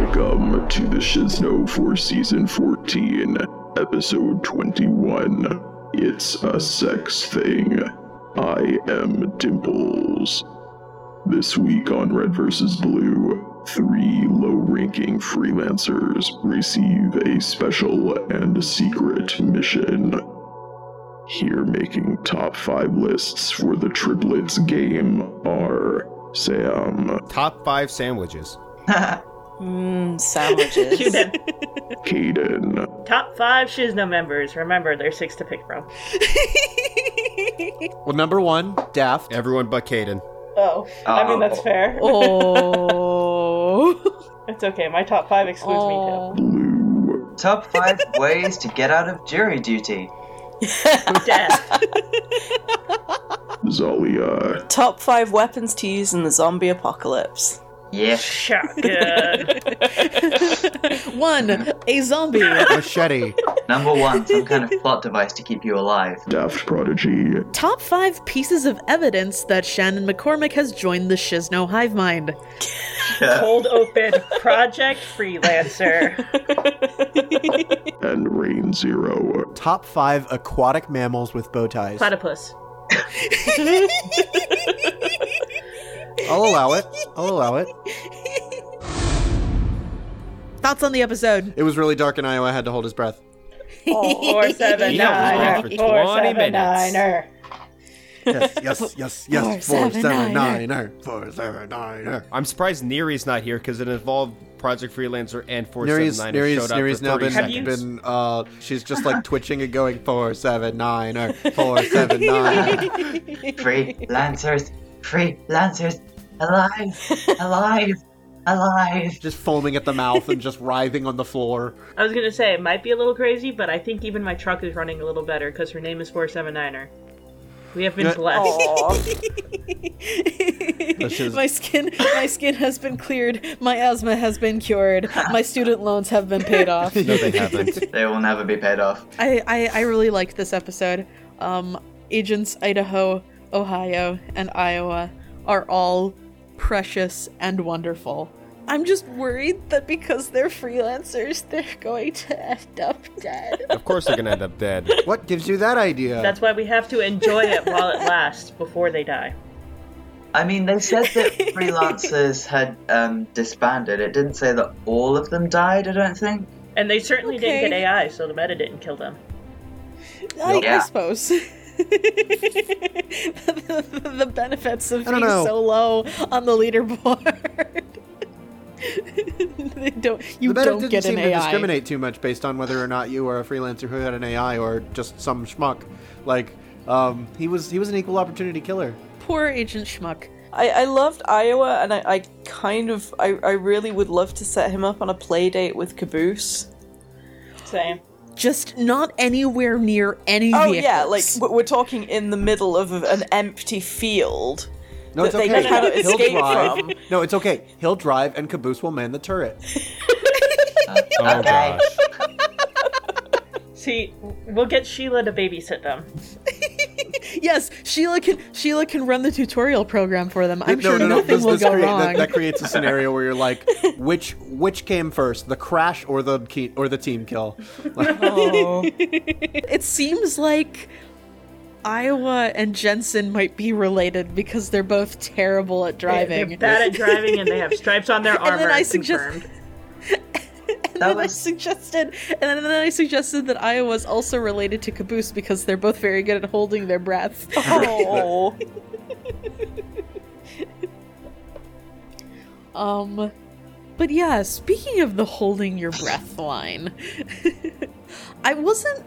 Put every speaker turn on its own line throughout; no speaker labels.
out to the Shizno for season 14, episode 21. It's a sex thing. I am Dimples. This week on Red vs. Blue, three low ranking freelancers receive a special and secret mission. Here making top five lists for the triplets game are Sam,
Top five sandwiches.
Mmm, sandwiches.
You did.
Caden,
Top five Shizno members. Remember, there's six to pick from.
Well, number one, Daft.
Everyone but Caden.
Oh, I mean that's fair.
oh.
It's okay. My top five excludes me
Blue,
Top five ways to get out of jury duty.
too. Oh, Death.
Zalia,
Top five weapons to use in the zombie apocalypse.
Yes.
Shotgun.
One, a zombie.
Machete.
Number one, some kind of plot device to keep you alive.
Daft Prodigy,
Top five pieces of evidence that Shannon McCormick has joined the Shizno Hive Mind.
Cold open. Project freelancer.
and Rain Zero.
Top five aquatic mammals with bow ties.
Platypus.
I'll allow it. I'll allow it.
Thoughts on the episode?
It was really dark in Iowa. I had to hold his breath.
Oh, Four seven
Yeah,
niner.
we're on for 20
Four seven
minutes.
niner.
Yes, yes, yes, yes.
Four,
Four,
seven,
seven,
nine,
nine, er. Four, seven, nine, er.
I'm surprised Neri's not here because it involved Project Freelancer and
Neri's,
479 who
Neri's,
showed up
Neri's
for
now
30
been,
Have you-
seconds.
been uh, she's just like twitching and going four, seven, nine, er, four, seven, nine.
Free lancers, free lancers, alive, alive, alive.
just foaming at the mouth and just writhing on the floor.
I was gonna say it might be a little crazy, but I think even my truck is running a little better because her name is four seven niner. We have been
Yeah.
blessed.
Oh.
is-
my skin, my skin has been cleared. My asthma has been cured. My student loans have been paid off.
No, they haven't.
They will never be paid off.
I, I, I really liked this episode. Um, agents Idaho, Ohio, and Iowa are all precious and wonderful. I'm just worried that because they're freelancers, they're going to end up dead.
of course they're going to end up dead.
What gives you that idea?
That's why we have to enjoy it while it lasts before they die.
I mean, they said that freelancers had um, disbanded. It didn't say that all of them died, I don't think.
And they certainly
Okay.
didn't get AI, so the meta didn't kill them.
I, I
Yeah.
suppose. the, the- the benefits of
I don't
being
know.
so low on the leaderboard. they don't. You
the meta
don't
didn't
get
seem
an
to
AI.
discriminate too much based on whether or not you were a freelancer who had an AI or just some schmuck. Like, um, he was he was an equal opportunity killer.
Poor Agent Schmuck.
I, I loved Iowa, and I, I kind of, I, I really would love to set him up on a play date with Caboose.
Same.
Just not anywhere near any.
Oh
vehicles.
yeah, like w- we're talking in the middle of a- an empty field.
No, it's
That they
okay.
cannot
He'll
escape
drive.
from.
No, it's okay. He'll drive, and Caboose will man the turret.
Oh,
Okay.
gosh.
See, we'll get Sheila to babysit them.
Yes, Sheila can Sheila can run the tutorial program for them. I'm
no,
sure
no, no.
nothing
this-
will
this
go
create- that-
wrong.
That, creates a scenario where you're like, which which came first, the crash or the key, or the team kill? Like,
Oh.
It seems like Iowa and Jensen might be related because they're both terrible at
They-
driving.
They're bad at driving and they have stripes on their armor.
then I suggest-
confirmed.
and
That
then I
was-
suggested, and then, and then I suggested that Iowa's also related to Caboose because they're both very good at holding their breath.
oh.
Um, but yeah, speaking of the holding your breath line, I wasn't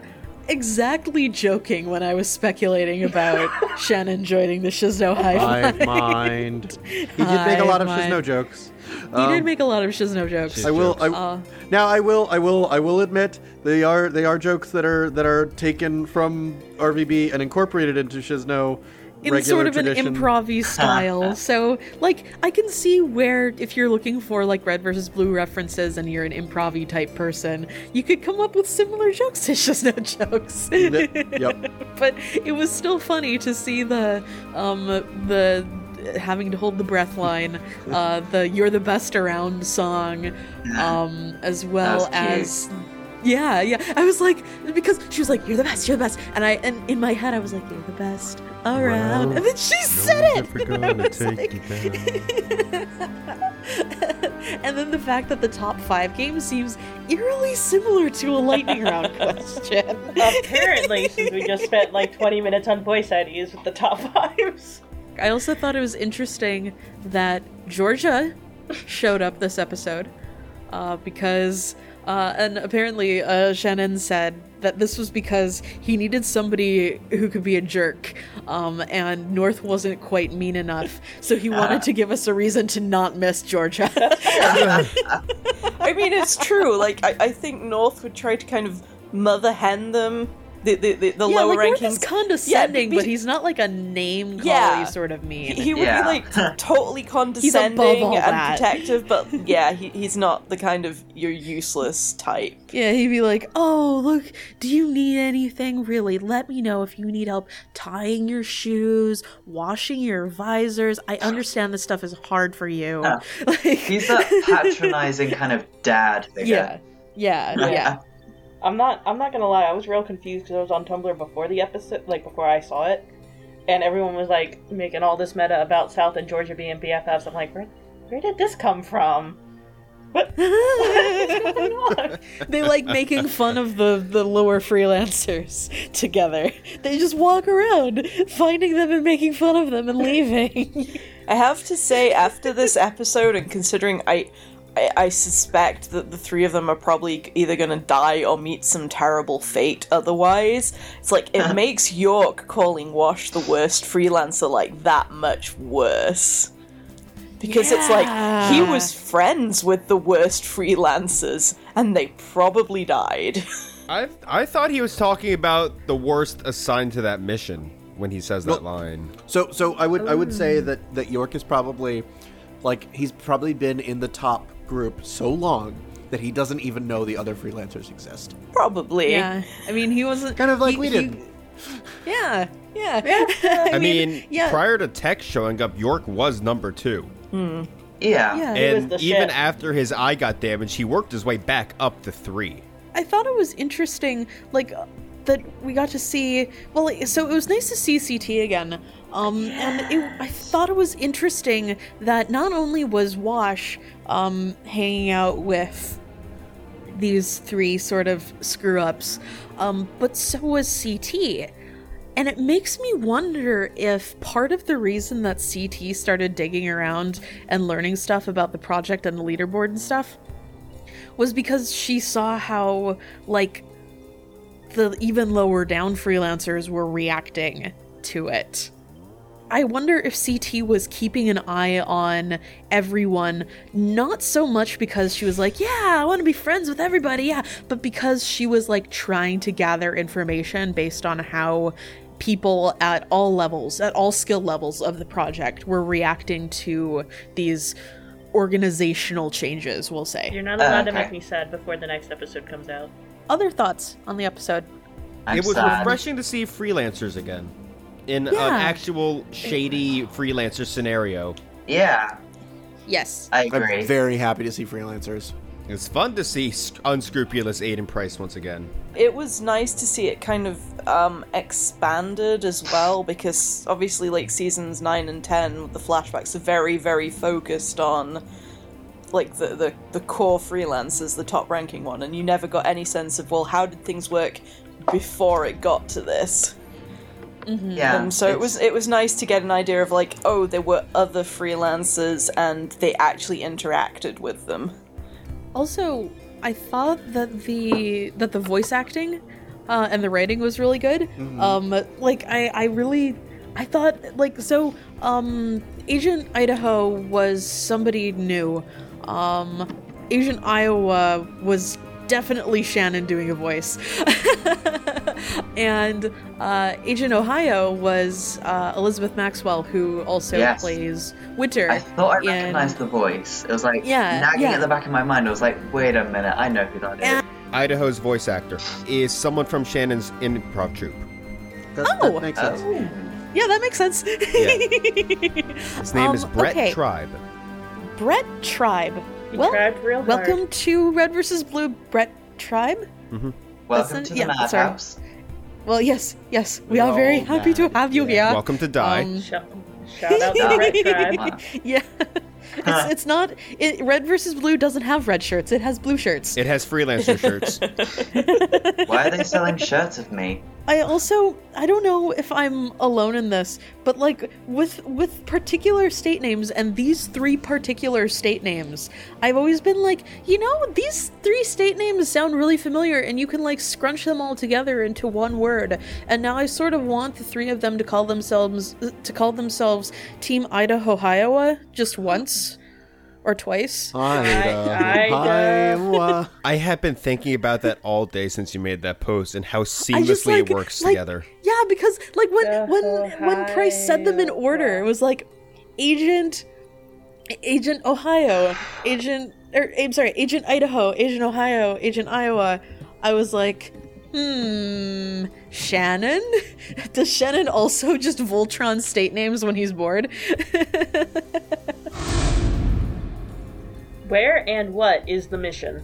exactly joking when I was speculating about Shannon joining the Shizno Hive.
hive
Mind.
mind. He did make a
Hive
lot of
mind.
Shizno jokes. Um, He
You did make a lot of Shizno jokes.
I will. I,
Uh.
now I will. I will. I will admit they are they are jokes that are that are taken from RVB and incorporated into Shizno.
in
regular
sort of
tradition.
an improv style. so, like, I can see where if you're looking for like red versus blue references and you're an improv type person, you could come up with similar jokes to just no jokes.
Yep.
but it was still funny to see the um the having to hold the breath line, uh, the "You're the Best Around" song, um, as well
That was
as yeah, yeah. I was like because she was like, "You're the best, you're the best," and I and in my head I was like, "You're the best around,"
Well,
and then she
no
said
one's
it.
ever
and I
gonna
was
take
like-
you
and then the fact that the top five game seems eerily similar to a lightning round question.
Apparently, since we just spent like 20 minutes on voice IDs with the top fives.
I also thought it was interesting that Georgia showed up this episode uh, because, uh, and apparently uh, Shannon said that this was because he needed somebody who could be a jerk, um, and North wasn't quite mean enough, so
Uh-huh.
he wanted to give us a reason to not miss Georgia.
I mean, it's true. Like, I, I think North would try to kind of mother hand them the the, the, the
yeah,
lower
like North is
rankings.
condescending,
be-
but he's not like a name call
Yeah.
sort of mean.
he would
Yeah.
be like totally
above
condescending
all
and
that.
protective, but yeah, he, he's not the kind of you're useless type.
Yeah, he'd be like, "Oh, look, do you need anything? Really, let me know if you need help tying your shoes, washing your visors. I understand this stuff is hard for you."
Yeah.
Like,
He's that patronizing kind of dad
yeah,
figure.
yeah, yeah.
I'm not. I'm not gonna lie. I was real confused because I was on Tumblr before the episode, like before I saw it, and everyone was like making all this meta about South and Georgia being BFFs. I'm like, where, where did this come from? What? What's going on?
they like making fun of the the lower freelancers together. They just walk around finding them and making fun of them and leaving.
I have to say, after this episode, and considering I, I, I suspect that the three of them are probably either going to die or meet some terrible fate. Otherwise, it's like
Uh-huh.
it makes York calling Wash the worst freelancer like that much worse. Because it's like he
Yeah.
was friends with the worst freelancers, and they probably died.
I I thought he was talking about the worst assigned to that mission when he says that line.
So so I would I would say that that York is probably like he's probably been in the top group so long that he doesn't even know the other freelancers exist.
probably.
yeah, I mean, he wasn't
Kind of like
he-
we
he-
did.
Yeah, yeah, I,
I mean,
yeah.
prior to Tech showing up, York was number two,
Yeah.
yeah.
was
and
the
even
shit.
after his eye got damaged, he worked his way back up to three.
I thought it was interesting, like uh, that we got to see. Well, like, so it was nice to see CT again. Um, and it, I thought it was interesting that not only was Wash um, hanging out with these three sort of screw ups, um, but so was CT. And it makes me wonder if part of the reason that CT started digging around and learning stuff about the project and the leaderboard and stuff was because she saw how like the even lower down freelancers were reacting to it. I wonder if CT was keeping an eye on everyone, not so much because she was like, yeah, I want to be friends with everybody, yeah, but because she was like trying to gather information based on how people at all levels, at all skill levels of the project were reacting to these organizational changes, we'll say.
You're not allowed to
Okay.
make me sad before the next episode comes out.
other thoughts on the episode.
I'm
it was
sad.
refreshing to see freelancers again in
Yeah.
an actual shady freelancer scenario.
Yeah,
Yes.
I
I'm
agree.
very happy to see freelancers.
It's fun to see sc- unscrupulous Aiden Price once again.
it was nice to see it kind of um, expanded as well because obviously like seasons 9 and 10 the flashbacks are very very focused on like the, the, the core freelancers the top ranking one and you never got any sense of well how did things work before it got to this
yeah.
um, so it was it was nice to get an idea of like oh there were other freelancers and they actually interacted with them
Also, I thought that the that the voice acting uh, and the writing was really good.
Mm-hmm.
Um, like I, I really, I thought like so. Um, Agent Idaho was somebody new. Um, Agent Iowa was definitely Shannon doing a voice, and uh, Agent Ohio was uh, Elizabeth Maxwell, who also
Yes.
plays Winter.
I thought I
in-
recognized the voice. It was like
Yeah,
nagging
yeah.
at the back of my mind. I was like, wait a minute, I know who that is.
Yeah.
Idaho's voice actor is someone from Shannon's improv troupe.
That's,
Oh!
that makes sense.
Oh,
Yeah, that makes sense.
His name is
Um,
Brett
okay.
Tribe.
Brett Tribe.
He
Well,
tried real hard.
welcome to Red versus Blue Brett Tribe.
Welcome
an-
to the
yeah, sorry.
madhouse.
Well, yes, yes, we
We're
are very
all
happy to
mad.
have you
Yeah.
here.
Welcome to Die.
Um,
Shout, shout out to Red Tribe.
Wow.
yeah, it's, it's not. It, red versus blue doesn't have red shirts. It has blue shirts.
it has freelancer shirts.
Why are they selling shirts of me?
I also I don't know if I'm alone in this, but like with with particular state names and these three particular state names, I've always been like, you know, these three state names sound really familiar and you can like scrunch them all together into one word. And now I sort of want the three of them to call themselves to call themselves Team Idaho Iowa just once or twice.
uh,
I- I-
Iowa.
I have been thinking about that all day since you made that post and how
I just,
seamlessly
like-
it works
like-
together.
Yeah, because like when when
Ohio.
when Price said them in order, it was like Agent Agent Ohio, Agent or I'm sorry, Agent Idaho, Agent Ohio, Agent Iowa. I was like, hmm, Shannon. Does Shannon also just Voltron state names when he's bored?
Where and what is the mission?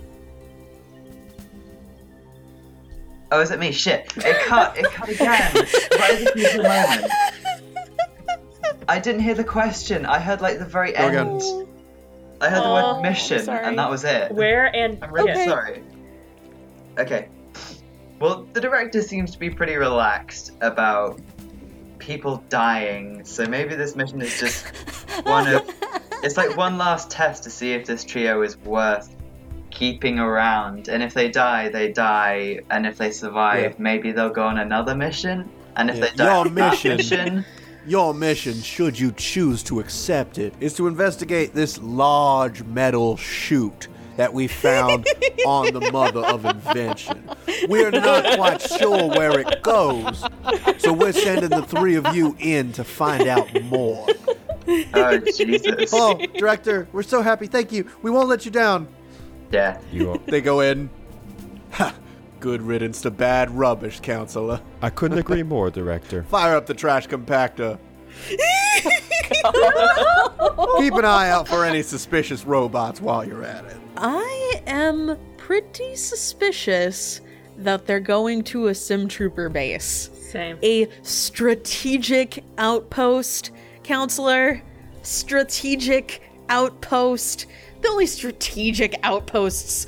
Oh, is it me? Shit. It cut. It cut again. Why is it keep moment? I didn't hear the question. I heard like the very
Go
end.
again.
I heard the
Oh,
word mission,
sorry.
and that was it.
Where and
I'm really
Okay.
sorry. Okay. Well, the director seems to be pretty relaxed about people dying, so maybe this mission is just one of. It's like one last test to see if this trio is worth keeping around, and if they die, they die, and if they survive,
Yeah.
maybe they'll go on another mission, and if
Yeah.
they die,
Your
on that
mission.
mission
Your mission, should you choose to accept it, is to investigate this large metal chute that we found on the mother of invention. We're not quite sure where it goes, so we're sending the three of you in to find out more.
oh Jesus,
Paul, director, we're so happy. Thank you. We won't let you down.
yeah.
You,
They go in. Ha! Good riddance to bad rubbish, counselor.
I couldn't agree more, director.
Fire up the trash compactor. Keep an eye out for any suspicious robots while you're at it.
I am pretty suspicious that they're going to a sim trooper base.
same.
a strategic outpost, counselor. Strategic outpost. The only strategic outposts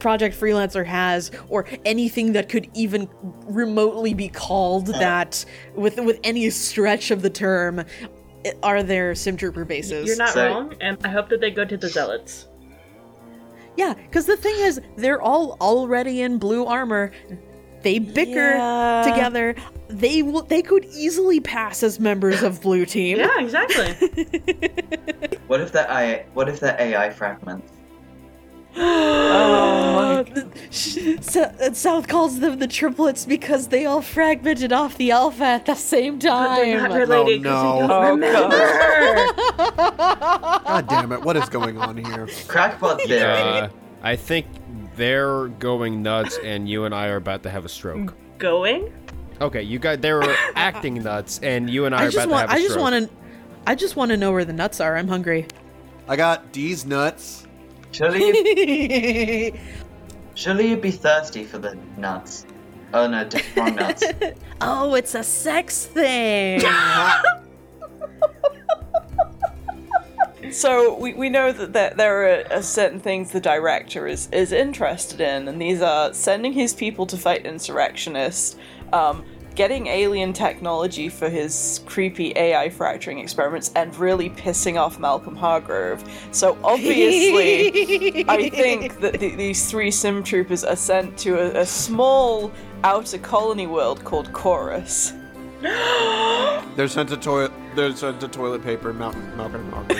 Project Freelancer has, or anything that could even remotely be called that with with any stretch of the term, are their Simtrooper bases.
You're not
So-
wrong, and I hope that they go to the zealots.
Yeah, because the thing is, they're all already in blue armor. They bicker
Yeah.
together. They will. They could easily pass as members of blue team.
Yeah, exactly.
What if they're AI? What if they're AI fragments?
Oh,
Uh, the- sh- so, uh, South calls them the triplets because they all fragmented off the alpha at the same
They're not
time.
related 'cause
Oh, no.
they don't remember.
God damn it, what is going on here?
Crackpot theory.
Uh, I think they're going nuts, and you and I are about to have a stroke.
Going?
Okay, you guys, they were acting nuts, and you and I are
I just
about
want.
to have
I
a
just
stroke.
want to. I just want to know where the nuts are. I'm hungry.
I got D's nuts.
Surely you Surely you'd be thirsty for the nuts. Oh no, d- wrong nuts.
oh, it's a sex thing.
So we, we know that there, there are uh, certain things the director is, is interested in, and these are sending his people to fight insurrectionists, um, getting alien technology for his creepy AI fracturing experiments, and really pissing off Malcolm Hargrove. So obviously. I think that the, these three sim troopers are sent to a, a small outer colony world called Chorus.
They're sent to toilet. They're sent to toilet paper. Malcolm, Malcolm, Malcolm.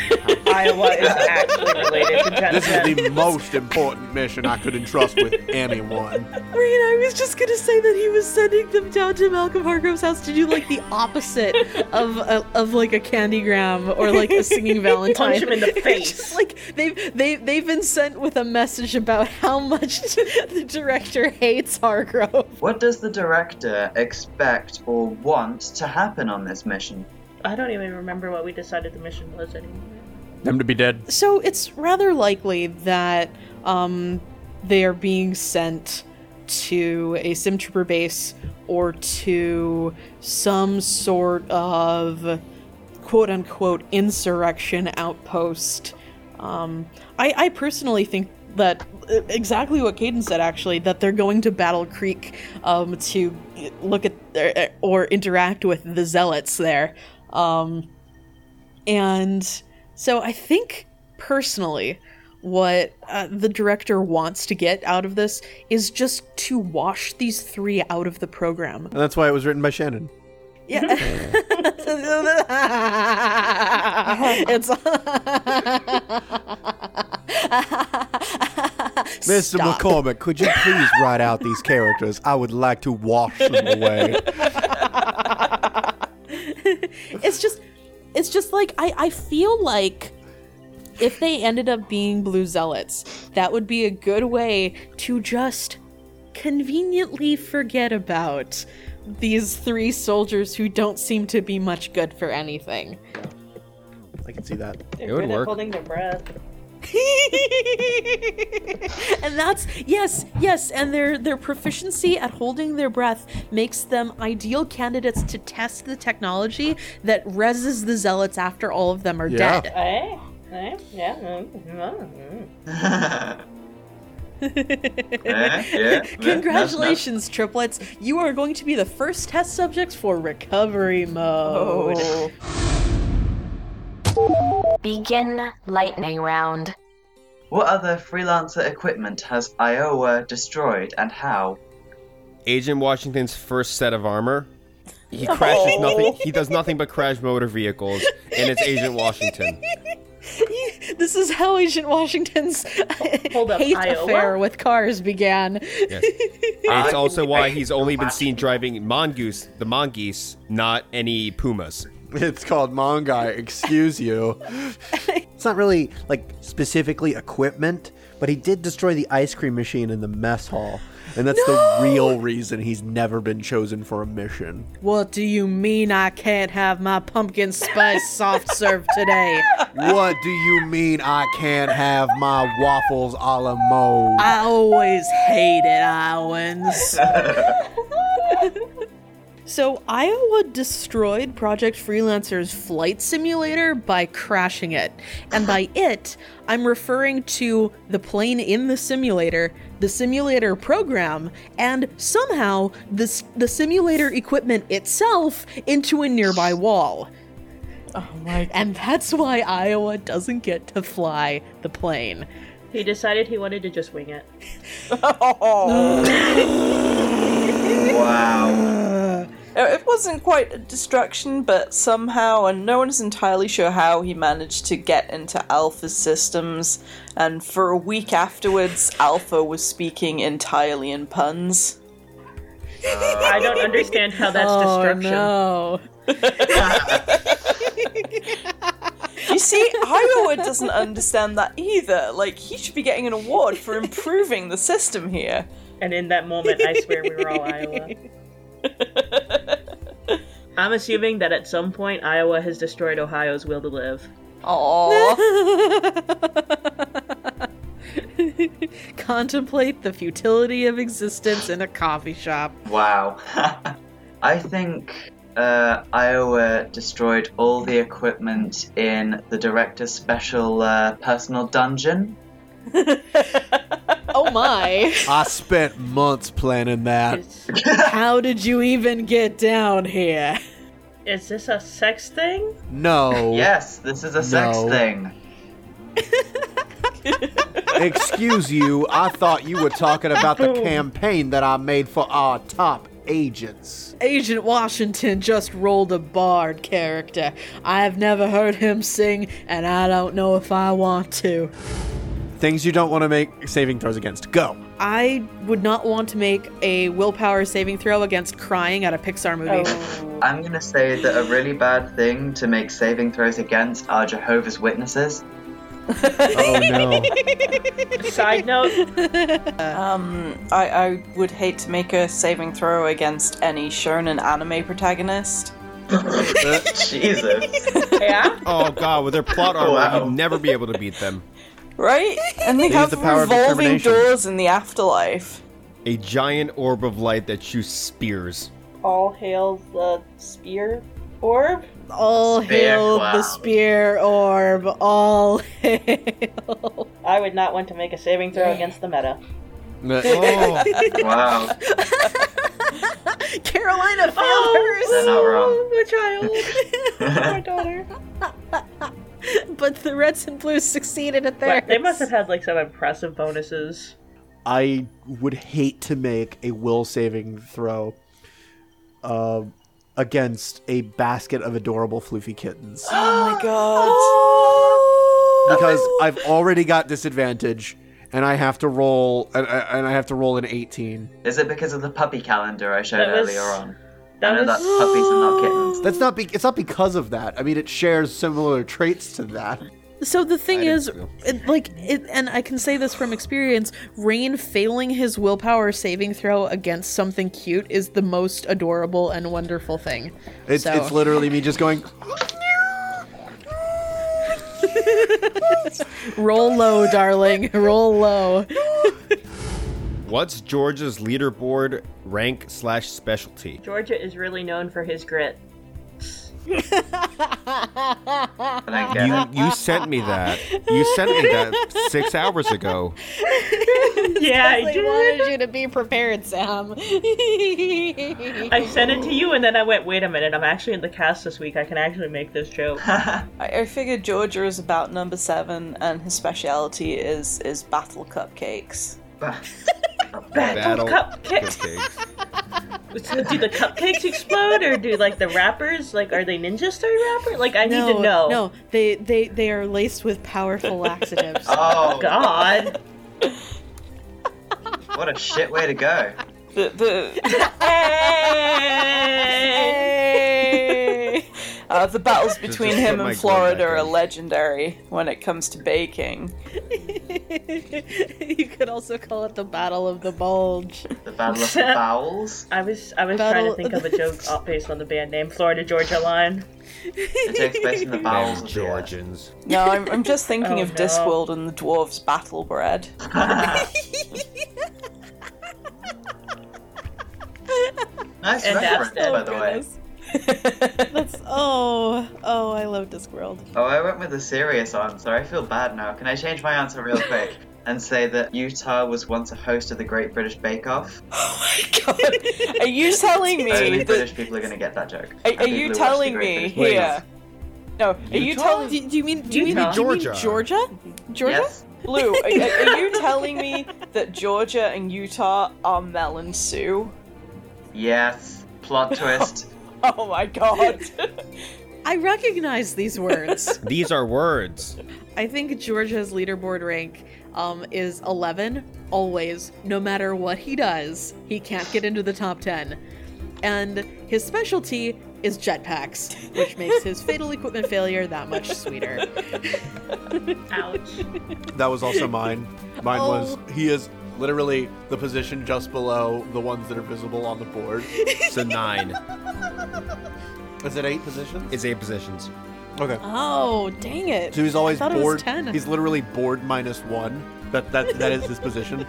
Iowa is actually related to Gen
This
Gen.
is the most important mission I could entrust with anyone.
Reed, I was just gonna say that he was sending them down to Malcolm Hargrove's house to do like the opposite of a, of like a candygram or like a singing Valentine.
Punch him in the
It's
face.
just like they've they they've been sent with a message about how much the director hates Hargrove.
What does the director expect or want to happen on this mission?
I don't even remember what we decided the mission was anymore.
Them to be dead.
So it's rather likely that um, they are being sent to a sim trooper base or to some sort of quote unquote insurrection outpost. Um, I, I personally think that uh, exactly what Caden said actually that they're going to Battle Creek um, to look at their, or interact with the zealots there. Um, and so I think personally, what uh, the director wants to get out of this is just to wash these three out of the program.
And that's why it was written by Shannon.
Yeah. it's.
Mr.
Stop.
McCormick, could you please write out these characters? I would like to wash them away.
it's just it's just like I, I feel like if they ended up being blue zealots, that would be a good way to just conveniently forget about these three soldiers who don't seem to be much good for anything.
I can see that.
They're
It would
good at
work.
Holding their breath.
and that's yes, yes, and their their proficiency at holding their breath makes them ideal candidates to test the technology that reses the zealots after all of them are
Yeah.
dead.
Eh? Eh? Yeah. mm, mm, mm.
Eh, yeah, yeah,
Congratulations, triplets! You are going to be the first test subjects for recovery
Oh.
mode.
Begin lightning round.
What other freelancer equipment has Iowa destroyed and how?
Agent Washington's first set of armor. He crashes nothing. He does nothing but crash motor vehicles, and it's Agent Washington.
This is how Agent Washington's
Hold up,
hate
Iowa?
affair with cars began.
Yes. It's also why he's only been seen driving mongoose, the mongoose, not any pumas.
It's called Mongai, excuse you. it's not really like specifically equipment, but he did destroy the ice cream machine in the mess hall. And that's the real reason he's never been chosen for a mission.
What do you mean I can't have my pumpkin spice soft serve today?
What do you mean I can't have my waffles a la mode?
I always hated Iowans. so, Iowa destroyed Project Freelancer's flight simulator by crashing it. And by it, I'm referring to the plane in the simulator, the simulator program, and somehow this, the simulator equipment itself into a nearby wall. Oh my. And that's why Iowa doesn't get to fly the plane.
He decided he wanted to just wing it.
Wow.
Uh, It wasn't quite a distraction, but somehow, and no one is entirely sure how, he managed to get into Alpha's systems. And for a week afterwards, Alpha was speaking entirely in puns.
Uh,
I don't understand how that's destruction.
Oh, no.
You see, Iowa doesn't understand that either. Like, he should be getting an award for improving the system here.
And in that moment, I swear we were all Iowa. I'm assuming that at some point, Iowa has destroyed Ohio's will to live.
Aww.
Contemplate the futility of existence in a coffee shop.
Wow. I think uh, Iowa destroyed all the equipment in the director's special uh, personal dungeon.
Oh my!
I spent months planning that.
How did you even get down here?
Is this a sex thing?
No.
Yes, this is a sex
Oh. No.
thing.
Excuse you, I thought you were talking about the campaign that I made for our top agents.
Agent Washington just rolled a bard character. I've never heard him sing, and I don't know if I want to.
Things you don't want to make saving throws against. Go.
I would not want to make a willpower saving throw against crying at a Pixar movie.
I'm gonna say that a really bad thing to make saving throws against are Jehovah's Witnesses.
Oh no.
Side note,
Um, I, I would hate to make a saving throw against any shonen anime protagonist.
Jesus.
yeah.
Oh god, with their plot armor,
Wow.
you'd never be able to beat them.
Right? And they,
They use
have
the power of
revolving
determination.
doors in the afterlife.
A giant orb of light that shoots spears.
All hail the spear orb.
All
Spear
hail the
cloud.
spear orb. All hail.
I would not want to make a saving throw against the meta.
Oh,
Wow.
Carolina failed
Oh,
They're not wrong.
hers. My
Oh, My daughter.
child. but the reds and blues succeeded at theirs.
But they must have had like some impressive bonuses.
I would hate to make a will saving throw uh, against a basket of adorable floofy kittens
Oh my god.
Oh!
because I've already got disadvantage and I have to roll and, and I have to roll an 18.
Is it because of the puppy calendar I showed
That was-
earlier on? I
That
know
was
that's puppies and not kittens.
That's not be- it's not because of that. I mean it shares similar traits to that.
So the thing
I didn't
is,
feel-
it, like, it, and I can say this from experience: Rain failing his willpower saving throw against something cute is the most adorable and wonderful thing.
It's
So-
it's literally me just going
Roll low, darling. Roll low.
what's George's leaderboard rank slash specialty?
Georgia is really known for his grit.
I don't get
You
it.
you sent me that. You sent me that six hours ago.
Yeah, I
I
did.
wanted you to be prepared, Sam.
I sent it to you, and then I went, wait a minute, I'm actually in the cast this week. I can actually make this joke.
I, I figured Georgia is about number seven, and his speciality is is battle cupcakes.
Battle
cupcakes.
cupcakes.
So do the cupcakes explode, or do like the wrappers? Like, are they ninja star wrapper? Like, I need to know.
no, they they they are laced with powerful laxatives.
Oh,
God.
what a shit way to go.
The the Hey! uh, the battles between
just
him
put my
and
grid
Florida
back
are
in.
legendary when it comes to baking.
you could also call it the Battle of the Bulge.
The Battle of the Bowels.
I was I was
Battle-
trying to think of a joke uh, based on the band name Florida Georgia Line.
It takes place in the bowels
Damn
of Georgia.
Georgians.
No, I'm, I'm just thinking
Oh,
of
no.
Discworld and the dwarves' battle bread.
Nice
And
reference,
that's-
by the way.
Oh, That's oh oh I love Discworld.
Oh, I went with a serious answer. I feel bad now. Can I change my answer real quick and say that Utah was once a host of the Great British Bake Off?
God, are you telling
Only
me? that-
British people are going to get that joke.
are,
And
are
people who
you
watch
telling
The Great British
me
Bake
here? No, are you telling
Do, do you mean do you, mean,
Utah.
do you mean
Georgia.
Georgia?
Off.
Georgia?
Yes.
Blue? Are, are- are you telling me that Georgia and Utah are Mel and Sue?
Yes. Plot twist.
Oh my god!
I recognize these words.
These are words.
I think Georgia's leaderboard rank um, is 11 always. No matter what he does, he can't get into the top 10. And his specialty is jetpacks, which makes his fatal equipment failure that much sweeter.
Ouch.
That was also mine. Mine
Oh.
was he is literally the position just below the ones that are visible on the board.
So nine
Is it eight positions?
is eight positions.
okay.
Oh, dang it.
So he's always
I thought it was
bored.
10.
He's literally bored minus one. That that that is his position.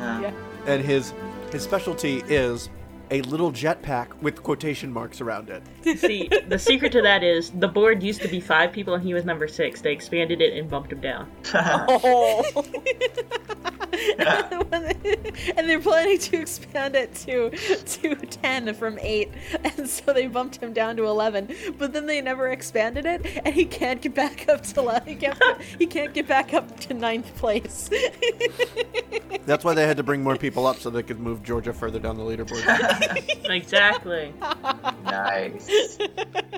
Yeah.
And his his specialty is a little jetpack with quotation marks around it.
See, the secret to that is the board used to be five people and he was number six. They expanded it and bumped him down.
Oh.
and they're planning to expand it to to 10 from 8 and so they bumped him down to 11 but then they never expanded it and he can't get back up to le- he can't, he can't get back up to ninth place
That's why they had to bring more people up so they could move Georgia further down the leaderboard.
Exactly.
Nice.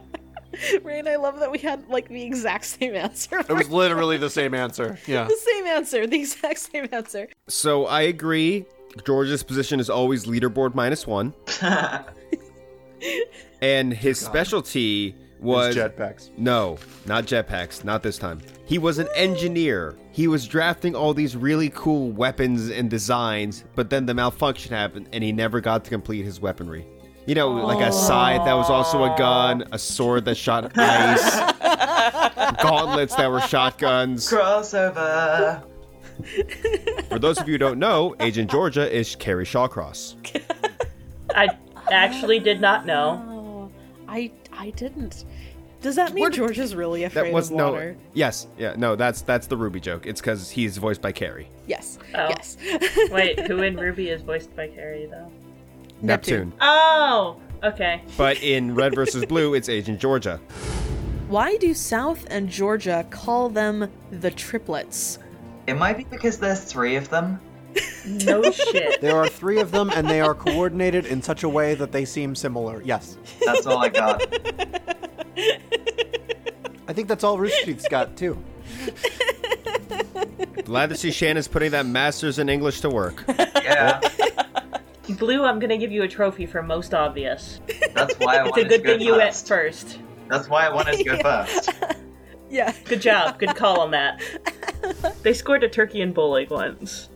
Rain, I love that we had like the exact same answer.
it was literally the same answer. Yeah.
the same answer, the exact same answer.
So I agree. George's position is always leaderboard minus one, and his specialty was
jetpacks.
no, not jetpacks, not this time. He was an engineer. He was drafting all these really cool weapons and designs, but then the malfunction happened, and he never got to complete his weaponry. You know, like a scythe that was also a gun, a sword that shot ice, gauntlets that were shotguns.
Crossover.
For those of you who don't know, Agent Georgia is Carrie Shawcross.
I actually did not know.
Oh, I I didn't. Does that mean George is really afraid
That was
of
no.
water?
Yes, yeah, no. That's that's the Ruby joke. It's because he's voiced by Carrie
Yes.
Oh.
Yes.
Wait, who in Ruby is voiced by Carrie though?
Neptune.
Oh, okay.
But in Red versus Blue, it's Agent Georgia.
Why do South and Georgia call them the triplets?
It might be because there's three of them.
No shit.
There are three of them, and they are coordinated in such a way that they seem similar. Yes.
That's all I got.
I think that's all Rooster Teeth's got, too.
Glad to see Shannon's putting that master's in English to work.
Yeah,
Blue, I'm gonna give you a trophy for most obvious.
that's why I
It's a
wanted
good
to go
thing you went
first.
first.
That's why I wanted to go first.
Yeah.
Good job. Good call on that. They scored a turkey and bowling once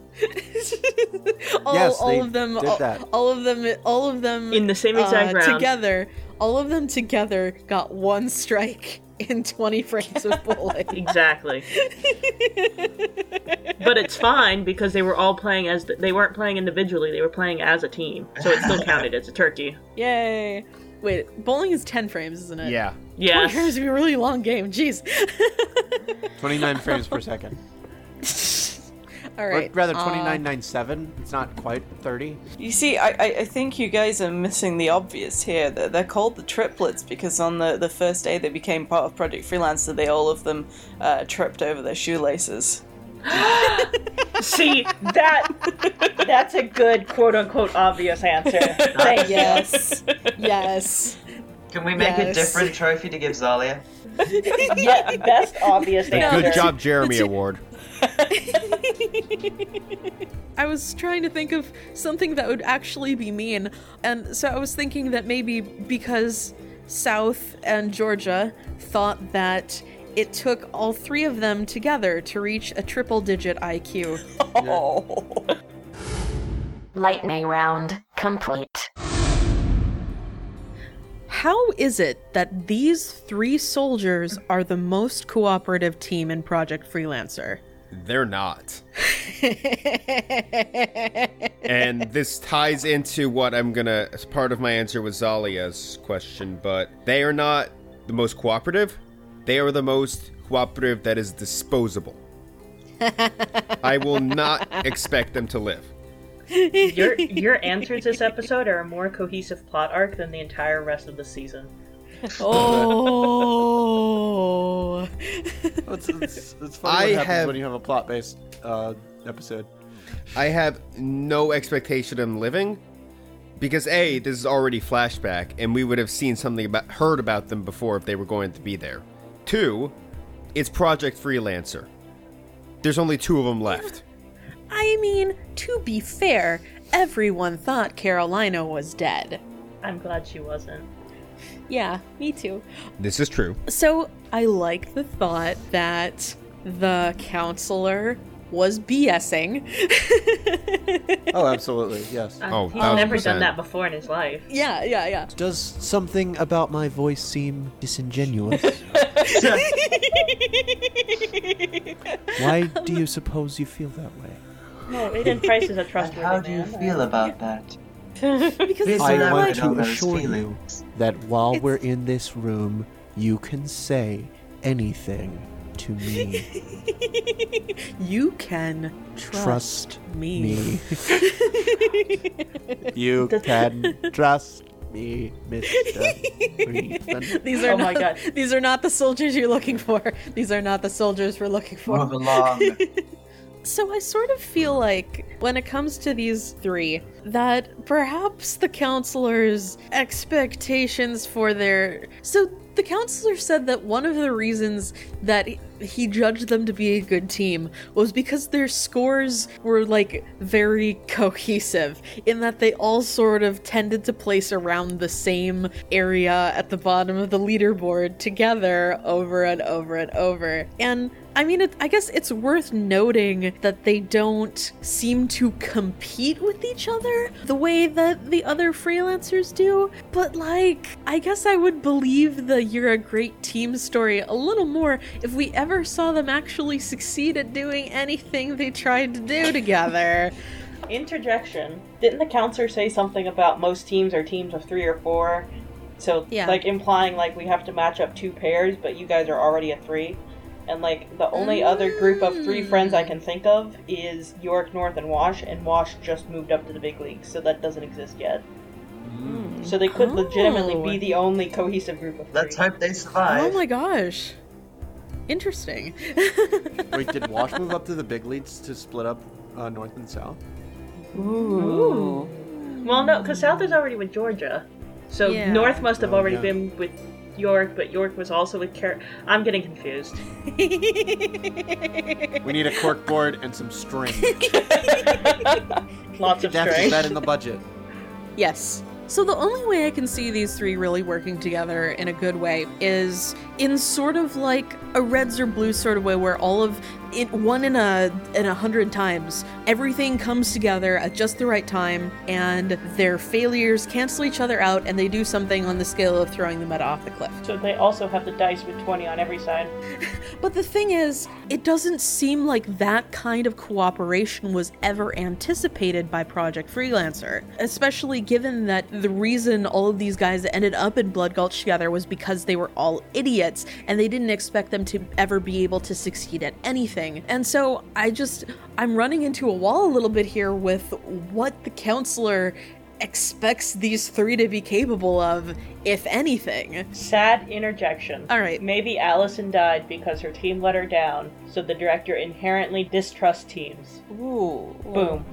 all,
Yes,
all
they
of them
did
all,
that.
all of them all of them
in the same exact
uh,
round.
together all of them together got one strike in 20 frames of bowling
Exactly. but it's fine because they were all playing as they weren't playing individually. They were playing as a team, so it still counted as a turkey.
yay wait bowling is 10 frames isn't it
Yeah.
Oh,
Yes.
here's a really long game jeez
29 frames per second.
all
Or
right
rather,
uh,
29.97. It's not quite 30.
You see, I, I, I think you guys are missing the obvious here. They're, they're called the triplets because on the, the first day they became part of Project Freelancer, they all of them uh, tripped over their shoelaces.
See that? That's a good quote unquote obvious answer. Thank you.
yes yes
Can we make a
Yes.
different trophy to give Zalia?
Yeah, best obvious
The
answer.
Good Job Jeremy Award.
I was trying to think of something that would actually be mean. And so I was thinking that maybe because South and Georgia thought that it took all three of them together to reach a triple digit IQ.
Oh.
Lightning round complete.
How is it that these three soldiers are the most cooperative team in Project Freelancer?
They're not. and this ties into what I'm gonna. As part of my answer with Zalia's question, but they are not the most cooperative. They are the most cooperative that is disposable. I will not expect them to live.
Your your answers this episode are a more cohesive plot arc than the entire rest of the season.
Oh.
It's, it's, it's
I
funny what happens
have-
when you have a plot based uh, episode.
I have no expectation of them living because a this is already flashback, and we would have seen something about heard about them before if they were going to be there. Two, it's Project Freelancer. There's only two of them left.
I mean, to be fair, everyone thought Carolina was dead.
I'm glad she wasn't.
Yeah, me too.
This is true.
So I like the thought that the counselor was BSing.
Oh, absolutely. Yes.
Oh,
He's never
1000%.
done that before in his life.
yeah, yeah, yeah.
Does something about my voice seem disingenuous? Why do you suppose you feel that way?
No, Aiden Price is
And
a
how
trustworthy
do you
man.
feel about that?
Because it's
I
Elaborate
not
want
like,
on
to
those
assure you
feelings.
that while
It's-
we're in this room, you can say anything to me.
you can trust,
Trust
me.
me. you can trust me, Mr. Reason.
These are
Oh my
not,
God.
These are not the soldiers you're looking for. These are not the soldiers we're looking for.
Move along.
So I sort of feel like, when it comes to these three, that perhaps the counselor's expectations for their. So the counselor said that one of the reasons that he judged them to be a good team was because their scores were like very cohesive in that they all sort of tended to place around the same area at the bottom of the leaderboard together over and over and over. And I mean, it, I guess it's worth noting that they don't seem to compete with each other the way that the other freelancers do. But, like, I guess I would believe the You're a Great Team story a little more if we ever saw them actually succeed at doing anything they tried to do together.
Interjection. Didn't the counselor say something about most teams are teams of three or four? So,
Yeah.
like, implying, like, we have to match up two pairs, but you guys are already a three. And, like, the only other group of three friends I can think of is York, North, and Wash, and Wash just moved up to the big league, so that doesn't exist yet. So they could legitimately
Oh.
be the only cohesive group of three.
Let's hope they survive.
Oh my gosh. Interesting.
Wait, did Wash move up to the big leagues to split up uh, north and south?
Ooh.
Well, no, because South is already with Georgia, so
Yeah.
North must have
Oh,
already
yeah.
been with York, but York was also with Car. I'm getting confused.
We need a cork board and some string.
Lots of
That's is
strings.
that in the budget.
Yes. So the only way I can see these three really working together in a good way is in sort of like a reds or blues sort of way where all of it one in a in a hundred times everything comes together at just the right time and their failures cancel each other out and they do something on the scale of throwing the meta off the cliff.
So they also have the dice with 20 on every side.
But the thing is, it doesn't seem like that kind of cooperation was ever anticipated by Project Freelancer, especially given that the reason all of these guys ended up in Blood Gulch together was because they were all idiots and they didn't expect them to ever be able to succeed at anything. And so I just, I'm running into a wall a little bit here with what the counselor expects these three to be capable of, if anything.
Sad interjection.
All right.
Maybe Allison died because her team let her down, so the director inherently distrusts teams.
Ooh.
Boom.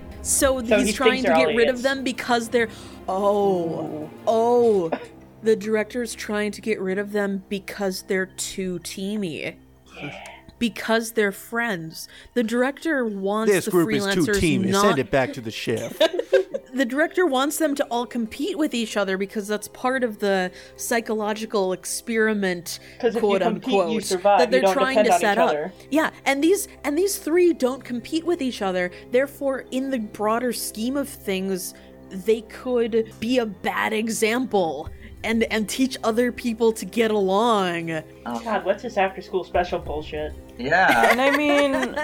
So
So,
he
he's trying
thinks
to
they're
get
all
rid
idiots.
of them because they're. Oh. Oh. the director's trying to get rid of them because they're too teamy. Because they're friends. The director wants
This
the
group is
freelancers
too teamy.
not
Send it back to the chef.
the director wants them to all compete with each other because that's part of the psychological experiment
'Cause if you
quote
compete, you
unquote
survive.
that
You
they're
don't
trying
depend
to
on each
set up
other.
yeah and these and these three don't compete with each other therefore in the broader scheme of things they could be a bad example and and teach other people to get along
God, what's this after school special bullshit?
Yeah.
And I mean,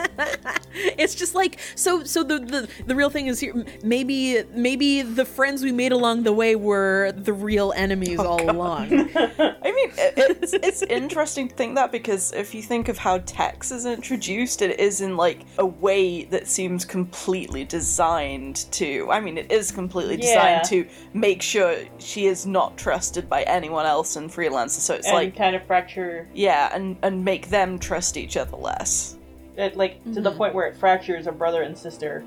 it's just like so so the, the the real thing is here m- maybe maybe the friends we made along the way were the real enemies
Oh,
all along
I mean, it- it's it's interesting to think that because if you think of how Tex is introduced, it is in like a way that seems completely designed to. I mean, it is completely
Yeah.
designed to make sure she is not trusted by anyone else in freelancer. So it's
and
like,
kind of fracture
yeah, and and make them trust each other less.
it, like to the point where it fractures a brother and sister.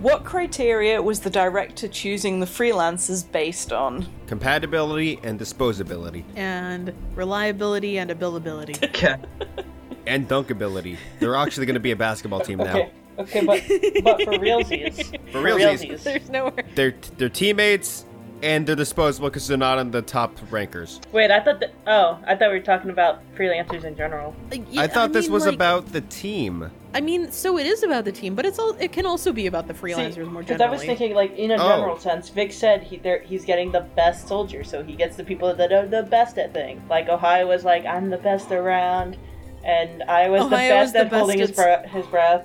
What criteria was the director choosing the freelancers based on?
Compatibility and disposability.
and reliability and availability
Okay.
And dunkability. They're actually going to be a basketball team now.
Okay, okay, but but for realsies,
For realsies.
there's nowhere
They're, they're teammates and they're disposable because they're not on the top rankers.
Wait, I thought that. Oh, I thought we were talking about freelancers in general.
I thought this
mean,
was
like-
about the team.
i mean so it is about the team but it's all it can also be about the freelancers more
Because
generally
I was thinking, like in a
Oh.
general sense, Vic said he there he's getting the best soldier, so he gets the people that are the best at things. Like Ohio was like, I'm the best around, and I was the
Ohio is
best
the
at holding his
best
breath. His breath.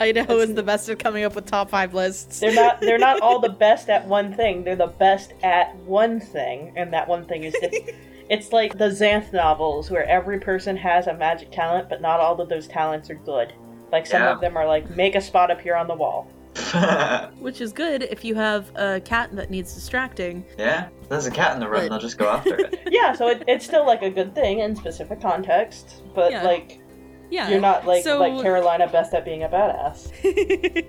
idaho is the best at coming up with top five lists
They're not they're not all the best at one thing. They're the best at one thing, and that one thing is different. it's like the Xanth novels where every person has a magic talent, but not all of those talents are good. Like some of
Yeah.
them are like make a spot appear on the wall.
which is good if you have a cat that needs distracting
yeah. If There's a cat in the room.
But-
They'll just go after it.
Yeah, so it, it's still like a good thing in specific context, but
Yeah.
like
Yeah.
You're not like
so,
like Carolina best at being a badass.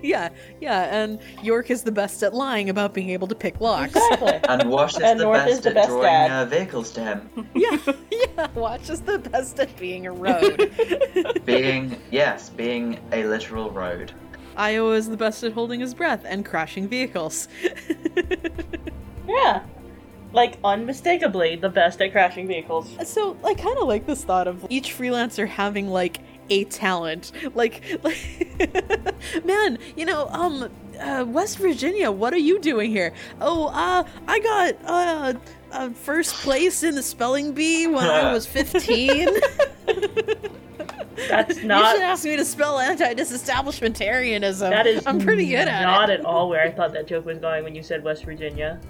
yeah, yeah, and York is the best at lying about being able to pick locks.
Exactly.
And Wash is
And
the
North
best
is the
at
best
drawing
dad.
uh, vehicles to him.
yeah, yeah. Watch is the best at being a road.
Being, yes, being a literal road.
Iowa is the best at holding his breath and crashing vehicles.
yeah. Like unmistakably the best at crashing vehicles.
So I kind of like this thought of each freelancer having like a talent. Like, like man, you know, um, uh, West Virginia, what are you doing here? Oh, uh, I got uh, uh first place in the spelling bee when I was fifteen.
That's
you should
not
ask me to spell anti-disestablishmentarianism.
that is
I'm pretty good at
not
it.
at all where I thought that joke was going when you said West Virginia.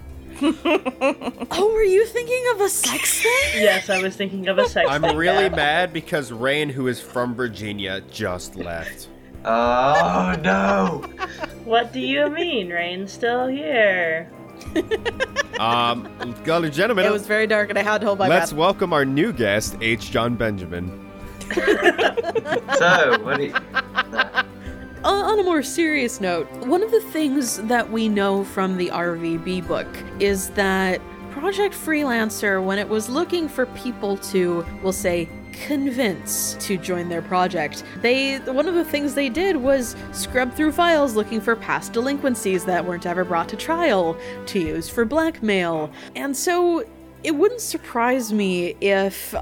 Oh, were you thinking of a sex thing?
Yes, I was thinking of a sex.
I'm
thing.
really mad because Rain, who is from Virginia, just left.
Oh no!
What do you mean? Rain's still here.
Um, ladies and gentlemen,
It was very dark, and I had to hold my
let's
breath.
welcome our new guest, H. John Benjamin.
So, what do you.
On- Uh, on a more serious note, one of the things that we know from the RVB book is that Project Freelancer, when it was looking for people to, we'll say, convince to join their project, they one of the things they did was scrub through files looking for past delinquencies that weren't ever brought to trial to use for blackmail. And so it wouldn't surprise me if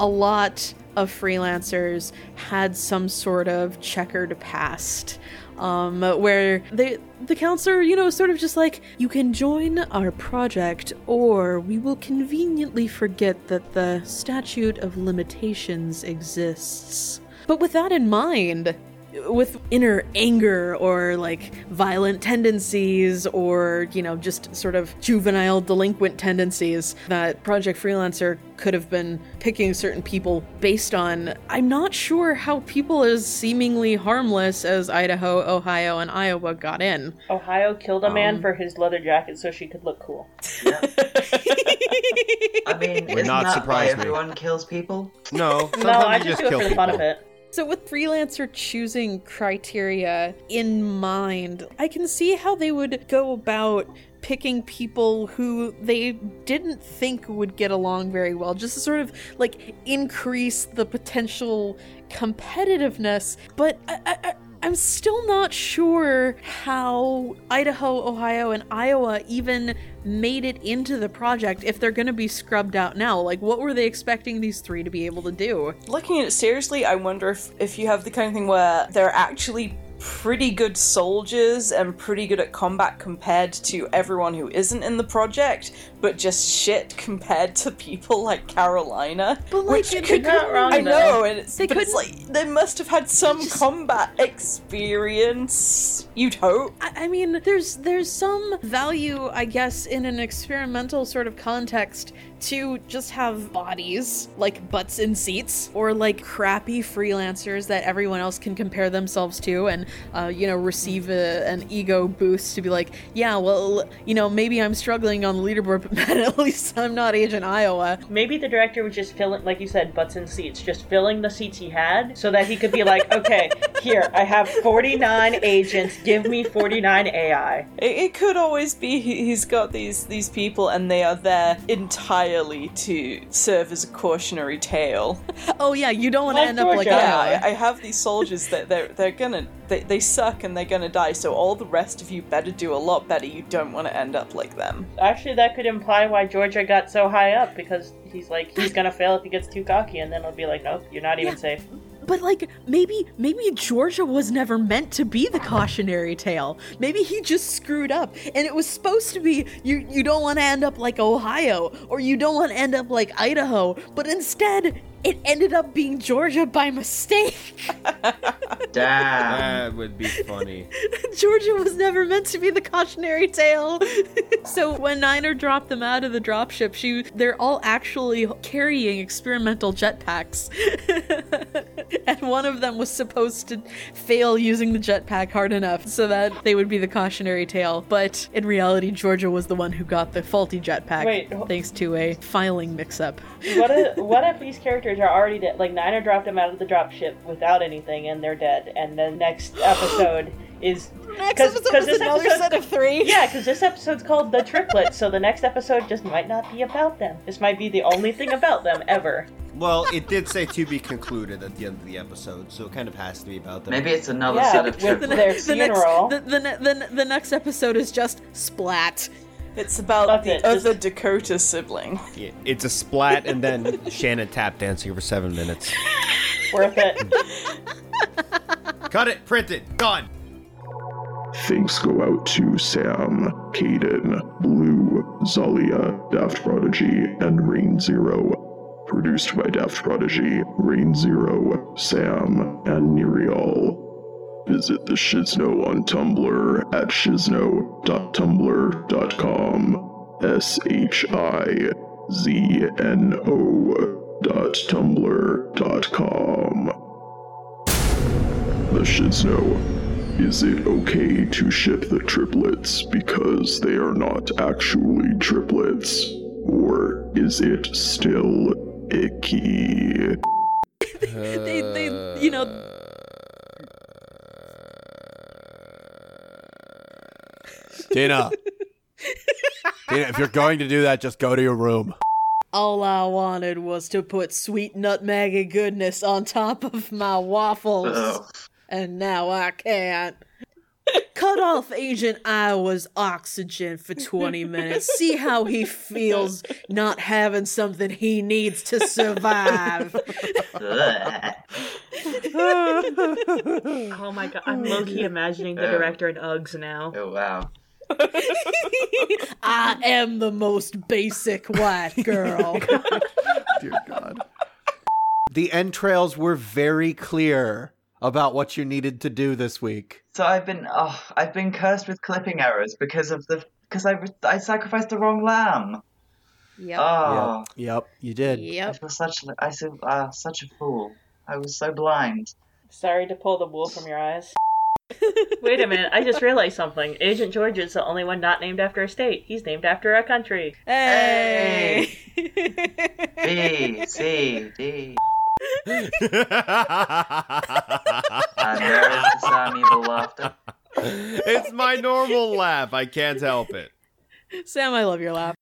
a lot of freelancers had some sort of checkered past um, where they, the counselor, you know, sort of just like, you can join our project, or we will conveniently forget that the statute of limitations exists. But with that in mind, with inner anger or like violent tendencies or, you know, just sort of juvenile delinquent tendencies that Project Freelancer could have been picking certain people based on, I'm not sure how people as seemingly harmless as Idaho, Ohio, and Iowa got in.
Ohio killed a
Um,
man for his leather jacket so she could look cool.
I mean,
Would
isn't
not
that why
surprise me.
everyone kills people?
No, sometimes
no, I
you
just,
just
do
kill
it for the
people.
fun of it.
So, with freelancer choosing criteria in mind, I can see how they would go about picking people who they didn't think would get along very well, just to sort of like increase the potential competitiveness. But I, I, I- I'm still not sure how Idaho, Ohio, and Iowa even made it into the project if they're going to be scrubbed out now. Like, what were they expecting these three to be able to do?
Looking at it seriously, I wonder if, if you have the kind of thing where they're actually pretty good soldiers and pretty good at combat compared to everyone who isn't in the project, but just shit compared to people like Carolina.
But like,
Which
it-
could-
they couldn't-
wrong,
I
though.
know, and it's,
They
but it's
couldn't-
like they must have had some combat experience. You'd hope.
I, I mean, there's there's some value, I guess, in an experimental sort of context to just have bodies like butts in seats or like crappy freelancers that everyone else can compare themselves to and uh, you know receive a, an ego boost to be like, yeah, well, you know, maybe I'm struggling on the leaderboard, but man, at least I'm not Agent Iowa.
Maybe the director was just filling, like you said, butts and seats, just filling the seats he had so that he could be like, okay, here, I have 49 agents, give me 49 AI.
It, it could always be he- he's got these these people and they are there entirely to serve as a cautionary tale.
Oh yeah, you don't want to
Like
end up like
Georgia.
Iowa.
I, I have these soldiers that they're they're gonna they, they suck and they're gonna die. So all the rest of you better do a lot better. You don't want to end up like them.
Actually, that could imply why Georgia got so high up because he's like, he's gonna fail if he gets too cocky, and then it'll be like, nope, you're not even
Yeah.
safe.
But like maybe maybe Georgia was never meant to be the cautionary tale. Maybe he just screwed up and it was supposed to be you you don't want to end up like Ohio or you don't want to end up like Idaho, but instead it ended up being Georgia by mistake.
Damn.
That would be funny.
Georgia was never meant to be the cautionary tale. so when Niner dropped them out of the dropship, she they're all actually carrying experimental jetpacks. and one of them was supposed to fail using the jetpack hard enough so that they would be the cautionary tale. But in reality, Georgia was the one who got the faulty jetpack
Wait, wh-
thanks to a filing mix-up.
What if what if these characters are already dead? Like Niner dropped them out of the dropship without anything, and they're dead. And the next episode is
Next
'cause-
episode
'cause
was another
episode's-
set of three.
Yeah, because this episode's called the triplets, so the next episode just might not be about them. This might be the only thing about them ever.
Well, it did say to be concluded at the end of the episode, so it kind of has to be about them.
Maybe it's another
Yeah,
set of
with the
triplets.
next-
the next,
funeral.
the, the, ne- the, ne- the next episode is just splat.
It's about
That's
the
it, just-
other Dakota sibling.
Yeah, it's a splat and then Shannon tap dancing for seven minutes.
Worth it.
Cut it, print it, done.
Thanks go out to Sam, Caden, Blue, Zalia, Daft Prodigy, and Rain Zero. Produced by Daft Prodigy, Rain Zero, Sam, and Nereal. Visit the Shizno on Tumblr at shizno.tumblr.com. S H I Z N O dot tumblr dot com. The Shizno. Is it okay to ship the triplets because they are not actually triplets? Or is it still icky?
they, they, you know,
Dana. Dana, if you're going to do that, just go to your room.
All I wanted was to put sweet nutmeggy goodness on top of my waffles,
Ugh.
and now I can't. Cut off Agent Iowa's oxygen for 20 minutes. See how he feels not having something he needs to survive.
Ugh.
Oh my god, I'm low key imagining the
director
in Uggs now.
oh wow.
I am the most basic white girl.
Dear God. The entrails were very clear about what you needed to do this week.
So I've been oh, I've been cursed with clipping errors because of the because I I sacrificed the wrong lamb.
Yep.
Oh,
Yep. Yep, you did.
I
Yep.
feel such I feel, uh, such a fool. I was so blind.
Sorry to pull the wool from your eyes. Wait a minute, I just realized something. Agent George is the only one not named after a state. He's named after a country.
Hey.
B C D. And there Uh, is the sound of evil laughter.
it's my normal laugh. I can't help it.
Sam, I love your laugh.